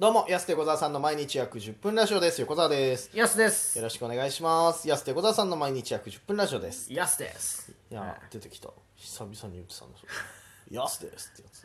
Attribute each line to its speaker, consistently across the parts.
Speaker 1: どうも、安手小沢さんの毎日約10分ラジオです。横澤です。
Speaker 2: ヤスで
Speaker 1: よ
Speaker 2: す
Speaker 1: ろしくお願いします。安手小沢さんの毎日約10分ラジオです。
Speaker 2: ヤスです
Speaker 1: いやー、出てきた。久々に言ってたん だ、それ。安ですってやつ。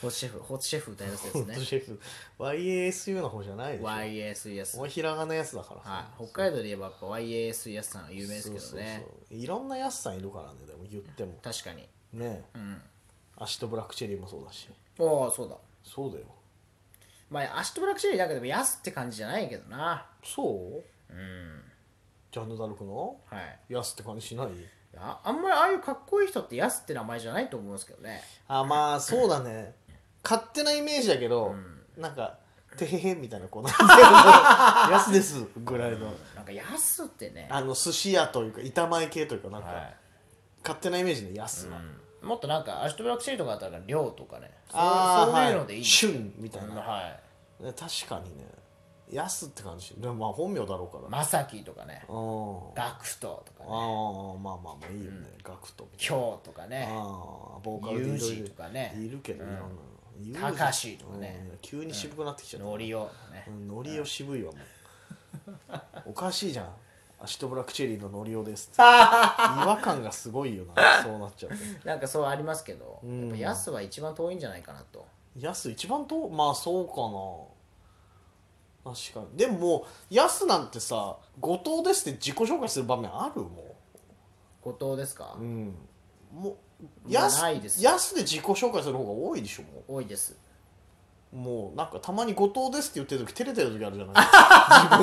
Speaker 2: ホーチシェフホーチシェフ歌い出すやつ
Speaker 1: 本
Speaker 2: ね
Speaker 1: 当シェフ、YASU の方じゃないでしょ。
Speaker 2: YAS ヤス
Speaker 1: おひらがなやつだからさ。
Speaker 2: はい北海道で言えばやっぱ YAS ヤスさんは有名ですけどね
Speaker 1: そうそうそういろんな安さんいるからね、でも言っても。
Speaker 2: 確かに
Speaker 1: ねえ
Speaker 2: うん
Speaker 1: 足とブラックチェリーもそうだし。
Speaker 2: おおそうだ
Speaker 1: そうだよ。
Speaker 2: まあアシットブラックシェリーだけでもヤスって感じじゃないけどな
Speaker 1: そう
Speaker 2: うん
Speaker 1: ジャンヌ・ダルクの
Speaker 2: はい
Speaker 1: 安って感じしない
Speaker 2: いやあんまりああいうかっこいい人ってヤスって名前じゃないと思うんですけどね
Speaker 1: あまあそうだね勝手なイメージだけど、なんか「てへへ」みたいなこの「安です」ぐらいの、
Speaker 2: なんかヤスってね
Speaker 1: あの寿司屋というか板前系というかなんか、
Speaker 2: はい
Speaker 1: 勝手なイメージの安は、
Speaker 2: もっとなんかアシットブラックシェリーとかだったら量とかねそう
Speaker 1: ああ
Speaker 2: そういう
Speaker 1: ー
Speaker 2: のでい
Speaker 1: はい
Speaker 2: いんですよ
Speaker 1: 旬みたい
Speaker 2: うん
Speaker 1: な、
Speaker 2: はい
Speaker 1: ね確かにね安って感じでもまあ本名だろうから、
Speaker 2: まさきとかね
Speaker 1: うん
Speaker 2: ガクトとか
Speaker 1: あ
Speaker 2: ね
Speaker 1: あまあまあまあいいよね、ガクトみたい
Speaker 2: 今日とか
Speaker 1: な
Speaker 2: ね
Speaker 1: ああボーカルでいろい
Speaker 2: ユー
Speaker 1: ろ
Speaker 2: ジとかね
Speaker 1: いるけどいろんなのユージ
Speaker 2: たかしとかね
Speaker 1: うん急に渋くなってきちゃった、
Speaker 2: ノリオとかね
Speaker 1: うんノリオ渋いわもうおかしいじゃんアシトブラックチェリーのノリオですって 違和感がすごいよなそうなっちゃうと
Speaker 2: なんかそうありますけど
Speaker 1: うん
Speaker 2: やっぱヤスは一番遠いんじゃないかなと
Speaker 1: ヤス一番とまあそうかな確かにでももうヤスなんてさ後藤ですって自己紹介する場面あるも
Speaker 2: 後藤ですか
Speaker 1: ううんもう
Speaker 2: まあ
Speaker 1: ヤス
Speaker 2: ないです
Speaker 1: ヤスで自己紹介する方が多いでしょも
Speaker 2: 多いです
Speaker 1: うもうなんかたまに後藤ですって言ってる時照れてる時あるじゃ な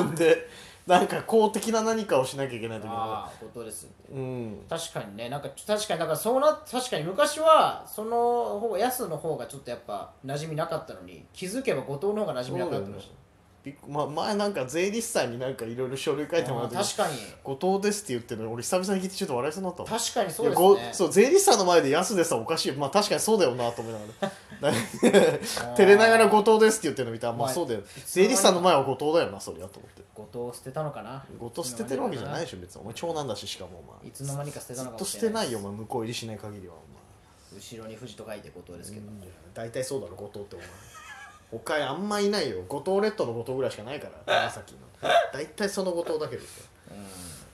Speaker 1: い自分でなんか公的な何かをしなきゃいけない時あ
Speaker 2: ああ後藤です
Speaker 1: るうん
Speaker 2: 確かにねなんか確かにだからそうな確かに昔はその方ヤスの方がちょっとやっぱ馴染みなかったのに気づけば後藤の方が馴染みなかったのに
Speaker 1: びっくま前なんか税理士さんになんかいろいろ書類書いてもら
Speaker 2: あ
Speaker 1: っ
Speaker 2: ー
Speaker 1: て
Speaker 2: 確かに
Speaker 1: 後藤ですって言ってるの俺久々に聞いてちょっと笑いそうになったわ
Speaker 2: 確かにそ
Speaker 1: いうや
Speaker 2: で
Speaker 1: ご
Speaker 2: すね
Speaker 1: そう税理士さんの前で安でさんおかしいまあ確かにそうだよなと思いながら 照れながら後藤ですって言ってるの見たらまあ
Speaker 2: まあ
Speaker 1: そうだよ
Speaker 2: いつの間
Speaker 1: 税
Speaker 2: に
Speaker 1: 理士さんの前は後藤だよなそりゃと思って
Speaker 2: 後藤捨てたのかな
Speaker 1: 後藤捨ててるわけじゃないでしょ別にお前長男だししかもお前
Speaker 2: いつの間にか捨てた
Speaker 1: ず
Speaker 2: の
Speaker 1: っ
Speaker 2: か
Speaker 1: と
Speaker 2: も
Speaker 1: 捨
Speaker 2: してれ
Speaker 1: な
Speaker 2: ない
Speaker 1: いよお前向こう入りしない限りはお前
Speaker 2: 後ろに富士と書いて後藤ですけど、
Speaker 1: いや大体そうだろ後藤ってお前他あんまいないよ後藤列島の後藤ぐらいしかないから長 崎の大体その後藤だけどさ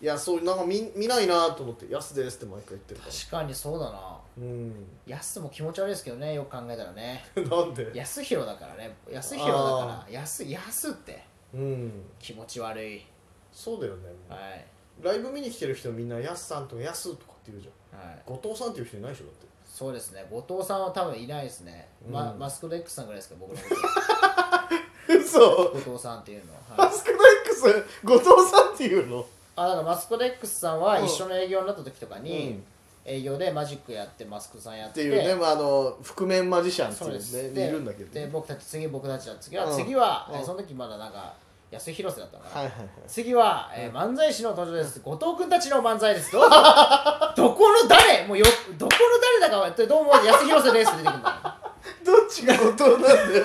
Speaker 1: いやそうなんか見見ないなと思って「やすです」って毎回言ってるから
Speaker 2: 確かにそうだな
Speaker 1: うん
Speaker 2: 安も気持ち悪いですけどねよく考えたらね
Speaker 1: なん で
Speaker 2: 安弘だからね安弘だ
Speaker 1: あ
Speaker 2: から安安って
Speaker 1: うん
Speaker 2: 気持ち悪い
Speaker 1: そうだよね、
Speaker 2: はい
Speaker 1: ライブ見に来てる人みんな「やすさん」とか「やす」とかって言うじゃん
Speaker 2: はい
Speaker 1: 後藤さんっていう人いないでしょだって
Speaker 2: そうですね後藤さんは多分いないですね、ま
Speaker 1: うん
Speaker 2: マスクド X さんぐらいですか僕のこ
Speaker 1: 嘘
Speaker 2: と後藤さんっていうのは、
Speaker 1: マ
Speaker 2: はい、
Speaker 1: スクド X 後藤さんっていうの
Speaker 2: あだからマスクド X さんは一緒の営業になった時とかに、
Speaker 1: うん
Speaker 2: 営業でマジックやってマスクさんやっ
Speaker 1: ってていうね、まあ、あの覆面マジシャンって
Speaker 2: そうです
Speaker 1: いうね
Speaker 2: で
Speaker 1: いるんだけど、
Speaker 2: で
Speaker 1: ね、
Speaker 2: 僕たち次僕たちは次
Speaker 1: う
Speaker 2: は
Speaker 1: ん
Speaker 2: 次は、
Speaker 1: うん
Speaker 2: えーその時まだなんか安い広瀬だったのかな、
Speaker 1: はいはいはい
Speaker 2: 次は、えー漫才師の登場です後藤君たちの漫才ですどう ぞどこの誰もうよどこの誰だかはってどうも安広瀬ですって出てくるんだ よ
Speaker 1: どっちが後藤なんだよ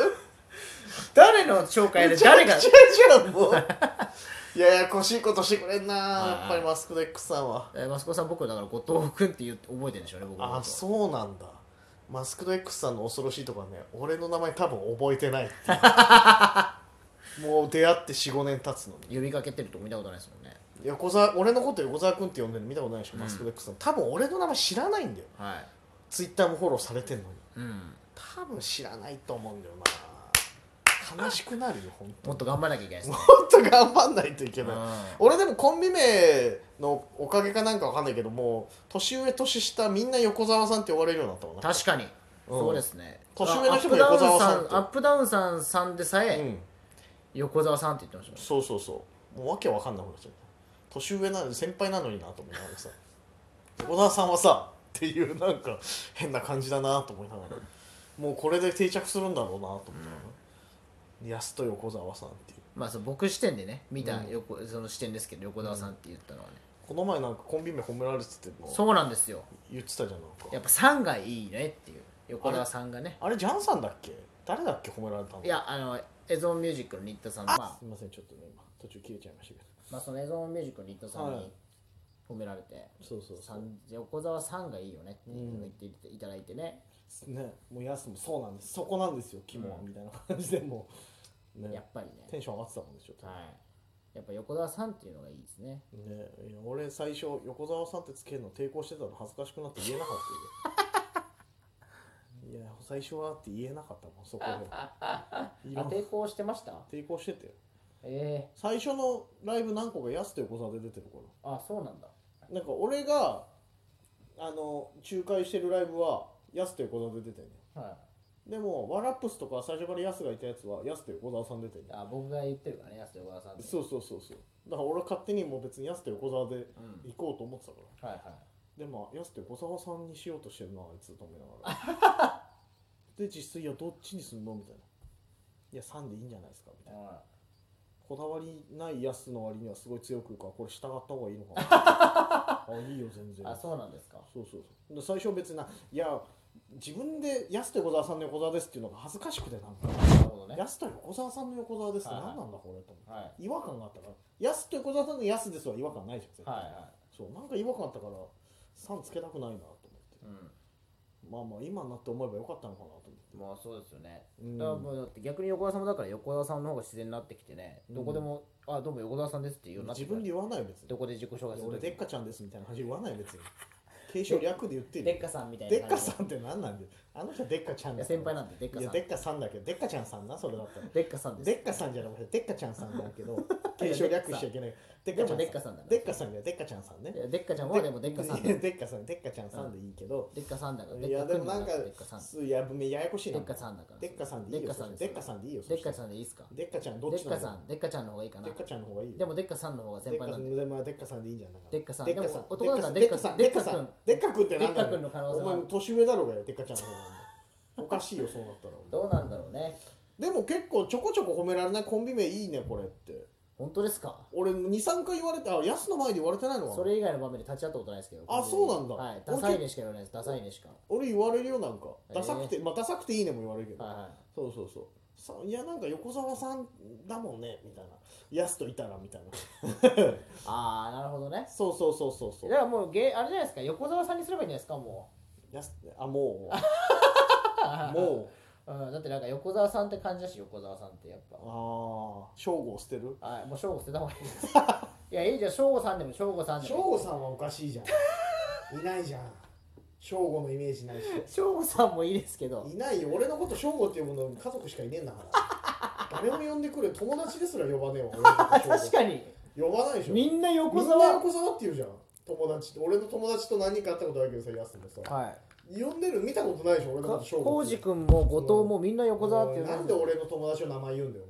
Speaker 2: 誰の紹介で誰が
Speaker 1: めちゃくちゃじゃんもう いややこしいことしてくれんなやっぱりマスクド X さんは
Speaker 2: えーマスコさん僕だから後藤君って言って覚えてるんでしょうね僕のこと
Speaker 1: あそうなんだマスクド X さんの恐ろしいとこはね俺の名前多分覚えてないっていう もう出会って45年経つのに
Speaker 2: 呼びかけてるとこ見たことないですもんね
Speaker 1: 横澤俺のこと横澤君って呼んでるの見たことないでしょ、マスクド X さん多分俺の名前知らないんだよ
Speaker 2: はい
Speaker 1: ツイッターもフォローされてんのに
Speaker 2: うん
Speaker 1: 多分知らないと思うんだよな悲しくなるよ本当に
Speaker 2: もっと頑張らなきゃいけないで す
Speaker 1: も
Speaker 2: ね
Speaker 1: っと頑張んないといけない、
Speaker 2: うん
Speaker 1: 俺でもコンビ名のおかげかなんかわかんないけども年上年下みんな横澤さんって呼ばれるようになったもんな
Speaker 2: 確かに、
Speaker 1: うん
Speaker 2: そうですね
Speaker 1: 年上の人も横澤さんって
Speaker 2: アップダウンさんアップダウンさんさんでさえ、
Speaker 1: うん
Speaker 2: 横澤さんって言ってましたもん
Speaker 1: そうそうそうもうわけわかんなくなっちゃった年上なのに先輩なのになと思いながらさ横澤さんはさっていうなんか変な感じだなと思いながらもうこれで定着するんだろうなと思ったら、安と横澤さんっていう
Speaker 2: まあその僕視点でね見た
Speaker 1: うん
Speaker 2: 横、その視点ですけど横澤さんって言ったのはね、
Speaker 1: この前なんかコンビ名褒められてても
Speaker 2: そうなんですよ
Speaker 1: 言ってたじゃんなんか
Speaker 2: やっぱ3がいいねっていう横澤さんがね
Speaker 1: あれジャンさんだっけ誰だっけ褒められたの
Speaker 2: いやあのエゾンミュージックの新田さんは、ます
Speaker 1: みませんちょっとね今途中切れちゃいましたけど
Speaker 2: まあ、そのエゾンミュージックの新田さん
Speaker 1: はい
Speaker 2: に褒められて、
Speaker 1: そうそう
Speaker 2: さん横澤さんがいいよねって言っていただいてね、
Speaker 1: ねもうやすもそうなんですそこなんですよ肝は、みたいな感じでもうね
Speaker 2: やっぱりね
Speaker 1: テンション上がってたもんねちょっと、
Speaker 2: はいやっぱ横澤さんっていうのがいいですね
Speaker 1: ねいや俺最初横澤さんってつけるの抵抗してたの恥ずかしくなって言えなかった よいや最初はって言えなかったもんそこでい
Speaker 2: あ
Speaker 1: ろんな
Speaker 2: 抵抗してました
Speaker 1: 抵抗してたよ
Speaker 2: ええ
Speaker 1: 最初のライブ何個かやすと横澤で出てるから
Speaker 2: あそうなんだ
Speaker 1: なんか俺があの仲介してるライブはヤスと横澤で出てんね
Speaker 2: は
Speaker 1: でもワラップスとか最初からヤスがいたやつはヤスと横澤さん出てん
Speaker 2: い
Speaker 1: ね
Speaker 2: あ僕が言ってるからね安田横澤さんって
Speaker 1: そうそうそうそうだから俺は勝手にもう別にヤスと横澤で行こうと思ってたから、
Speaker 2: はいは
Speaker 1: でもヤスと横澤さんにしようとしてるなあいつと思いながら で実際いやどっちにするのみたいないや3でいいんじゃないですかみた
Speaker 2: い
Speaker 1: いな
Speaker 2: は
Speaker 1: こだわりないヤスの割にはすごい強く言うからこれ従った方がいいの かなあいいよ全
Speaker 2: い
Speaker 1: 然
Speaker 2: あそうなんですか
Speaker 1: そうそうそうで最初別にないや自分で「やすと横澤さんの横澤です」っていうのが恥ずかしくてなんか
Speaker 2: なるほ
Speaker 1: 「
Speaker 2: どね
Speaker 1: やすと横澤さんの横澤です」って
Speaker 2: はいはい
Speaker 1: 何なんだこれと思って、
Speaker 2: はい
Speaker 1: 違和感があったから「やすと横澤さんのやすです」は違和感ないじゃん絶対
Speaker 2: はいは
Speaker 1: そうなんか違和感あったから「さん」つけたくないなと思って
Speaker 2: いうん
Speaker 1: まあまあ今になって思えばよかったのかなと思って
Speaker 2: まあそうですよね、
Speaker 1: うん
Speaker 2: だからもうだって逆に横田さんもだから横田さんの方が自然になってきてね、どこでも「あどうも横田さんです」って言うようになって
Speaker 1: 自
Speaker 2: きた
Speaker 1: 分で言わないよ別に
Speaker 2: どこで自己紹介する
Speaker 1: 俺
Speaker 2: 時
Speaker 1: でっかちゃんですみたいな感じで言わないよ別に継承略で言ってる
Speaker 2: で
Speaker 1: よ
Speaker 2: っかさんみたい
Speaker 1: で
Speaker 2: な
Speaker 1: っか
Speaker 2: 感じ
Speaker 1: さんって何なんだよあの人はでっかちゃんだ
Speaker 2: いや先輩なんででっかさん
Speaker 1: いやでっかさんだけどでっかちゃんさんなそれだったら
Speaker 2: でっかさんです
Speaker 1: デッカさんじゃなくてデッカちゃんさんだけど継承略しちゃいけないデ
Speaker 2: で
Speaker 1: ッカ
Speaker 2: も
Speaker 1: ちゃんデッカさんだよデッカちゃんさんね
Speaker 2: いやでっかちゃんはでもでっかさ ん
Speaker 1: いや
Speaker 2: だ
Speaker 1: デッカさんデッカちゃんさんでいいけど
Speaker 2: でっかさんだから
Speaker 1: いやでもなんか
Speaker 2: でっかさん
Speaker 1: いやめややこしいな
Speaker 2: でっかさんだから
Speaker 1: デッカさんでいいよデ
Speaker 2: でっ
Speaker 1: ッ
Speaker 2: か
Speaker 1: カ
Speaker 2: さ
Speaker 1: さ
Speaker 2: ん
Speaker 1: んでいいよ
Speaker 2: でっかさんでいいですか
Speaker 1: デッカちゃんどっ
Speaker 2: でっ
Speaker 1: ちな
Speaker 2: か
Speaker 1: の
Speaker 2: さんでっかちゃんの方がいいかな
Speaker 1: デッカちゃんの方がいいよ
Speaker 2: でもでっかさんの方が
Speaker 1: デ
Speaker 2: 先
Speaker 1: ッ
Speaker 2: 輩
Speaker 1: カさ
Speaker 2: なんで
Speaker 1: んでまあデッカさんでいいんじゃないかな
Speaker 2: デッカさん
Speaker 1: デッカさん
Speaker 2: でも男だから
Speaker 1: デッカさん
Speaker 2: デ
Speaker 1: デ
Speaker 2: ッ
Speaker 1: ッ
Speaker 2: カ
Speaker 1: カ
Speaker 2: さ
Speaker 1: さ
Speaker 2: ん
Speaker 1: んデッカ君ってなんだ
Speaker 2: デッカ君の可能性
Speaker 1: よ
Speaker 2: は
Speaker 1: お前年上だろうがよデッカちゃんの方 がおかしいよそうなったら
Speaker 2: どうなんだろうね
Speaker 1: でも結構ちょこちょこ褒められないコンビ名いいねこれって
Speaker 2: 本当ですか
Speaker 1: 俺23回言われてあヤスの前で言われてないのか
Speaker 2: そ
Speaker 1: な
Speaker 2: れ以外の場面で立ち会ったことないですけど
Speaker 1: あそうなんだ
Speaker 2: はいダサいねしか言わないですダサいねしか
Speaker 1: 俺言われるよなんか
Speaker 2: えー
Speaker 1: ダサくて、まあダサくていいねも言われるけど、
Speaker 2: はいはい
Speaker 1: そうそうそうさいやなんか横澤さんだもんねみたいなやすといたらみたいな
Speaker 2: ああなるほどね
Speaker 1: そうそうそうそうそ
Speaker 2: だ
Speaker 1: う
Speaker 2: からもうゲあれじゃないですか横澤さんにすればいいんじゃないですかも
Speaker 1: やすあもう もう
Speaker 2: う、うん、だってなんか横澤さんって感じだし横澤さんってやっぱ
Speaker 1: ああ省吾を捨てる
Speaker 2: はいもう省吾捨てた方がいいです いやいいじゃん省吾さんでも省吾さんで
Speaker 1: 省
Speaker 2: も
Speaker 1: 吾さんはおかしいじゃんいないじゃん省吾のイメージないし
Speaker 2: 省吾さんもいいですけど
Speaker 1: いないよ俺のこと省吾って呼ぶの家族しかいねえんだから誰も呼んでくれ友達ですら呼ばねえわ俺の
Speaker 2: あ
Speaker 1: こと
Speaker 2: 確かに
Speaker 1: 呼ばないでしょ
Speaker 2: みんな横
Speaker 1: みんな
Speaker 2: 澤
Speaker 1: 横澤って言うじゃん友達って俺の友達と何人か会ったことあるけどさやすもさ
Speaker 2: はい
Speaker 1: 呼んでる見たことないでしょ俺のこと翔
Speaker 2: 浩二君も後藤もみんな横澤って
Speaker 1: お
Speaker 2: い
Speaker 1: いうなんで俺の友達の名前言うんだよ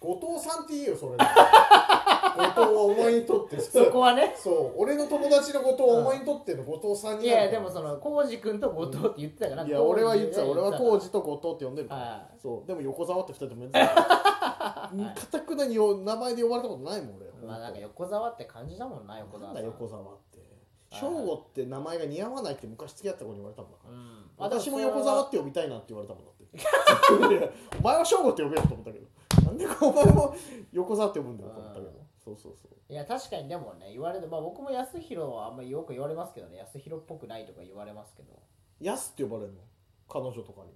Speaker 1: お前後藤さんって言えよそれ 後藤はお前にとって
Speaker 2: そこはね
Speaker 1: そう俺の友達のことをお前にとっての後藤さんに
Speaker 2: い
Speaker 1: なる
Speaker 2: やいやでもその浩二君と後藤って言ってたから
Speaker 1: いや俺は言ってた
Speaker 2: 浩二
Speaker 1: 俺
Speaker 2: が
Speaker 1: は浩二と後藤って呼んでるから
Speaker 2: は
Speaker 1: そうでも横澤って二人とも呼んでる からかたくなによ名前で呼ばれたことないもん俺
Speaker 2: いまあなんか横澤って感じだもんな横澤
Speaker 1: な
Speaker 2: さ
Speaker 1: んだ
Speaker 2: ん
Speaker 1: 横澤って
Speaker 2: はい
Speaker 1: 翔吾って名前が似合わないって昔付き合った子に言われたもんだから
Speaker 2: うん
Speaker 1: 私も横澤って呼びたいなって言われたもんだって いやお前は翔吾って呼べよと思ったけどなんでお前も横澤って呼ぶんだよと思ったけどそうそうそう
Speaker 2: いや確かにでもね言われてまあ僕も安弘はあんまりよく言われますけどね安弘っぽくないとか言われますけど
Speaker 1: ヤスって呼ばれるの彼女とかに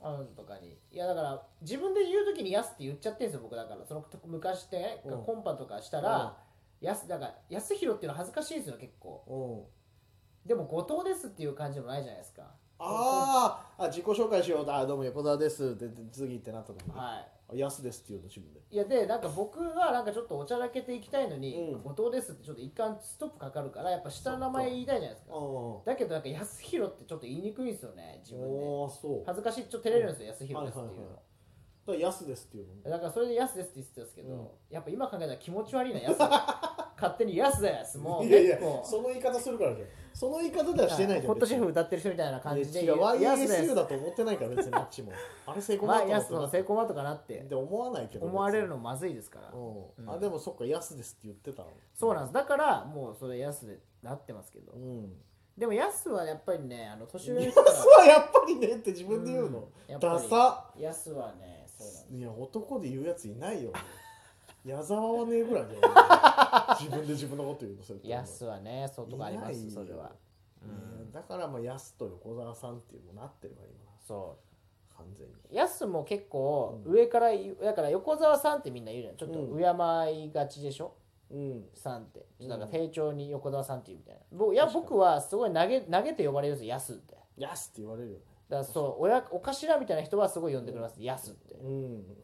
Speaker 1: も
Speaker 2: うんとかにいやだから自分で言う時に「やす」って言っちゃってるんですよ僕だからそのと昔ってね
Speaker 1: うん
Speaker 2: コンパとかしたら「やす」だから「やすひろ」っていうのは恥ずかしいですよ結構
Speaker 1: うん
Speaker 2: でも「後藤です」っていう感じでもないじゃないですか
Speaker 1: あーあ自己紹介しようあどうも横澤ですでで次ってなった時に
Speaker 2: はい
Speaker 1: 「ヤスです」って言うの自分で
Speaker 2: いやでなんか僕はなんかちょっとおちゃらけていきたいのに
Speaker 1: う
Speaker 2: 「
Speaker 1: ん
Speaker 2: 後藤です」ってちょっと一貫ストップかかるからやっぱ下の名前言いたいじゃないです
Speaker 1: あ
Speaker 2: か
Speaker 1: あ
Speaker 2: だけどなんか「やすひろ」ってちょっと言いにくいんですよね自分で
Speaker 1: おーそう
Speaker 2: 恥ずかしいちょっと照れるんですよ「安弘です」って
Speaker 1: はいいうはい
Speaker 2: の
Speaker 1: はだからヤスですっていうの
Speaker 2: だからそれで「安です」って言ってたんですけどやっぱ今考えたら気持ち悪いな「安 勝手に「安です」もう
Speaker 1: いやいや
Speaker 2: 結構
Speaker 1: その言い方するからじゃんその言い方ではしてないじゃん
Speaker 2: ホットシ
Speaker 1: 別
Speaker 2: ェフ
Speaker 1: に
Speaker 2: 歌ってる人みたいな感じで
Speaker 1: いや違う
Speaker 2: 「安で
Speaker 1: YSU
Speaker 2: す
Speaker 1: だと思ってないから別にあっちもあれ成」功
Speaker 2: ま
Speaker 1: だ
Speaker 2: あ
Speaker 1: と
Speaker 2: 「
Speaker 1: 思
Speaker 2: 安
Speaker 1: って
Speaker 2: の
Speaker 1: な
Speaker 2: 成
Speaker 1: い
Speaker 2: 功マとかな」って
Speaker 1: って思わないけど
Speaker 2: 思われる
Speaker 1: の
Speaker 2: のまずいですから
Speaker 1: うん、あでもそっか「ヤスです」って言ってたの
Speaker 2: そうなんですだからもうそれ「安でなってますけど
Speaker 1: うん
Speaker 2: でも「安はやっぱりねあの年上の
Speaker 1: ヤス
Speaker 2: 人から
Speaker 1: はやっぱりねって自分で言うの、
Speaker 2: うんやっぱり
Speaker 1: ダサ
Speaker 2: 「安はねそうなんです
Speaker 1: いや男で言うやついない よ矢沢はねえぐらいだよ自分で自分のこと言うのそれって
Speaker 2: 安はねそうとかありま
Speaker 1: い
Speaker 2: す
Speaker 1: ない
Speaker 2: それは
Speaker 1: ねだからまあヤスと横澤さんっていうのになってるから今
Speaker 2: そう
Speaker 1: 完全に
Speaker 2: やすも結構
Speaker 1: うん
Speaker 2: 上から言う、だから横澤さんってみんな言うじゃんちょっ
Speaker 1: う
Speaker 2: と敬いがちでしょ、
Speaker 1: うん
Speaker 2: さんって
Speaker 1: うん
Speaker 2: なんか丁重に横澤さんっていうみたいな僕いや
Speaker 1: 確かに
Speaker 2: 僕はすごい投げ投げて呼ばれるんですよ「やす」ってだか
Speaker 1: やすって言われるよね
Speaker 2: らそうおやお頭みたいな人はすごい呼んでくれます「やす」って
Speaker 1: うん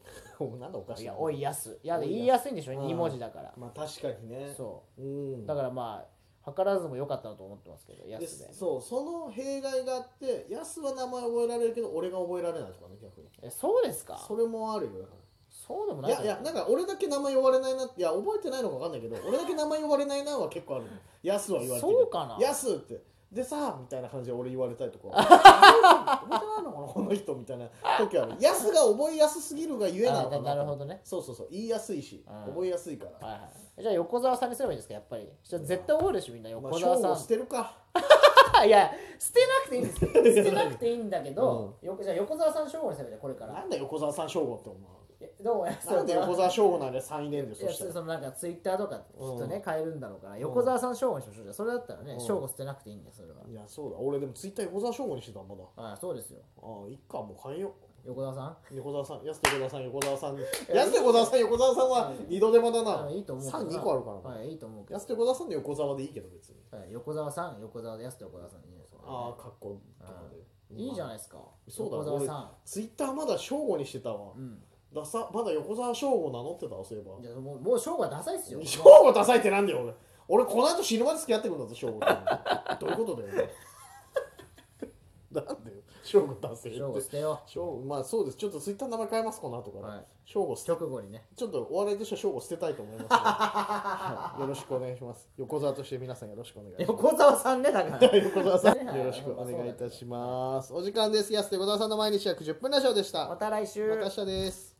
Speaker 1: なんだおか
Speaker 2: 「
Speaker 1: し
Speaker 2: い
Speaker 1: い
Speaker 2: や
Speaker 1: な
Speaker 2: おいやす」いや
Speaker 1: おいやす
Speaker 2: 言いやすいんでしょ
Speaker 1: うん
Speaker 2: 2文字だから
Speaker 1: まあ確かにね
Speaker 2: そううんだからまあ図らずも良かったなと思ってますけど「や」
Speaker 1: です
Speaker 2: で
Speaker 1: そうその弊害があってやすは名前覚えられるけど俺が覚えられないとかね逆に
Speaker 2: えそうですか
Speaker 1: それもあるよだか
Speaker 2: そうでも
Speaker 1: ら
Speaker 2: ないい
Speaker 1: やいやなんか俺だけ名前呼ばれないなっていや覚えてないのか分かんないけど俺だけ名前呼ばれないなは結構あるのやすは言われてる
Speaker 2: そうかな
Speaker 1: やすってでさみたいな感じで俺言われたりと かあ覚えてないのかなこの人みたいな時あるやすが覚えやすすぎるがゆえなのか
Speaker 2: あ
Speaker 1: な
Speaker 2: なるほどね
Speaker 1: そうそうそう言いやすいし
Speaker 2: うん
Speaker 1: 覚えやすいから
Speaker 2: はいはいじゃあ横澤さんにすればいいんですかやっぱりじゃあ絶対覚えるでしょみんな
Speaker 1: ま
Speaker 2: 横
Speaker 1: あ
Speaker 2: 澤
Speaker 1: 賞
Speaker 2: さん
Speaker 1: を捨てるか
Speaker 2: いや捨てなくていいんですけど捨てなくていいんだけど、よくじゃあ横澤さん称号にすればいいんだよこれから
Speaker 1: なんだ横澤さん賞吾ってお
Speaker 2: えどうもやす
Speaker 1: 前なんで横澤賞吾なんで3位ねんで
Speaker 2: い
Speaker 1: そ
Speaker 2: や
Speaker 1: した
Speaker 2: そ
Speaker 1: ら
Speaker 2: そのなんかツイッターとかきっとね、
Speaker 1: うん
Speaker 2: 変えるんだろうから横澤さん称号にしましょうじゃあそれだったらね
Speaker 1: うん
Speaker 2: 称号捨てなくていいんだよそれはい
Speaker 1: やそうだ俺でもツイッター横澤翔吾にしてたまだ
Speaker 2: ああそうですよ
Speaker 1: ああいっかもう変え よ
Speaker 2: 横澤さん
Speaker 1: う横澤さん安手横澤さん横澤さん
Speaker 2: や
Speaker 1: 安手横澤さん横澤さんは二度手間だ
Speaker 2: あ
Speaker 1: な
Speaker 2: のいいと思うけど
Speaker 1: 三
Speaker 2: な
Speaker 1: 二個あるからな
Speaker 2: はいいいと思うけど
Speaker 1: 安手横澤さんの横澤でいいけど別に
Speaker 2: はい横澤さん横澤でやすと横澤さんでいいんですか
Speaker 1: ああかっこいいとかで
Speaker 2: いいじゃ
Speaker 1: い
Speaker 2: ないですか
Speaker 1: そうだ
Speaker 2: 横澤さ
Speaker 1: ツイッターまだ翔吾にしてたわ
Speaker 2: んうん
Speaker 1: ださまだ横澤翔吾名乗ってたわそういえば
Speaker 2: じゃあもうもう称号はダサいっすよ
Speaker 1: 翔吾ダサいってなんだよ俺俺この後死ぬまで付き合ってくんだぞ 翔吾とどういうことだよなんでよ翔吾ダサいって
Speaker 2: 称号捨てよ
Speaker 1: 翔吾まあそうですちょっとツイッターの名前変えますこの後
Speaker 2: う
Speaker 1: から、
Speaker 2: はい
Speaker 1: 翔吾捨て
Speaker 2: 直後にね
Speaker 1: ちょっとお笑いとしては翔吾捨てたいと 思いますので、はいよろしくお願いします横澤として皆さんよろしくお願いします
Speaker 2: 横澤さんねだから
Speaker 1: 横澤さん
Speaker 2: ねはい
Speaker 1: よろしくお願いいたしますお時間です安手小沢さんの毎日約10分ラジオでした
Speaker 2: ま
Speaker 1: ま
Speaker 2: た来週
Speaker 1: た明日です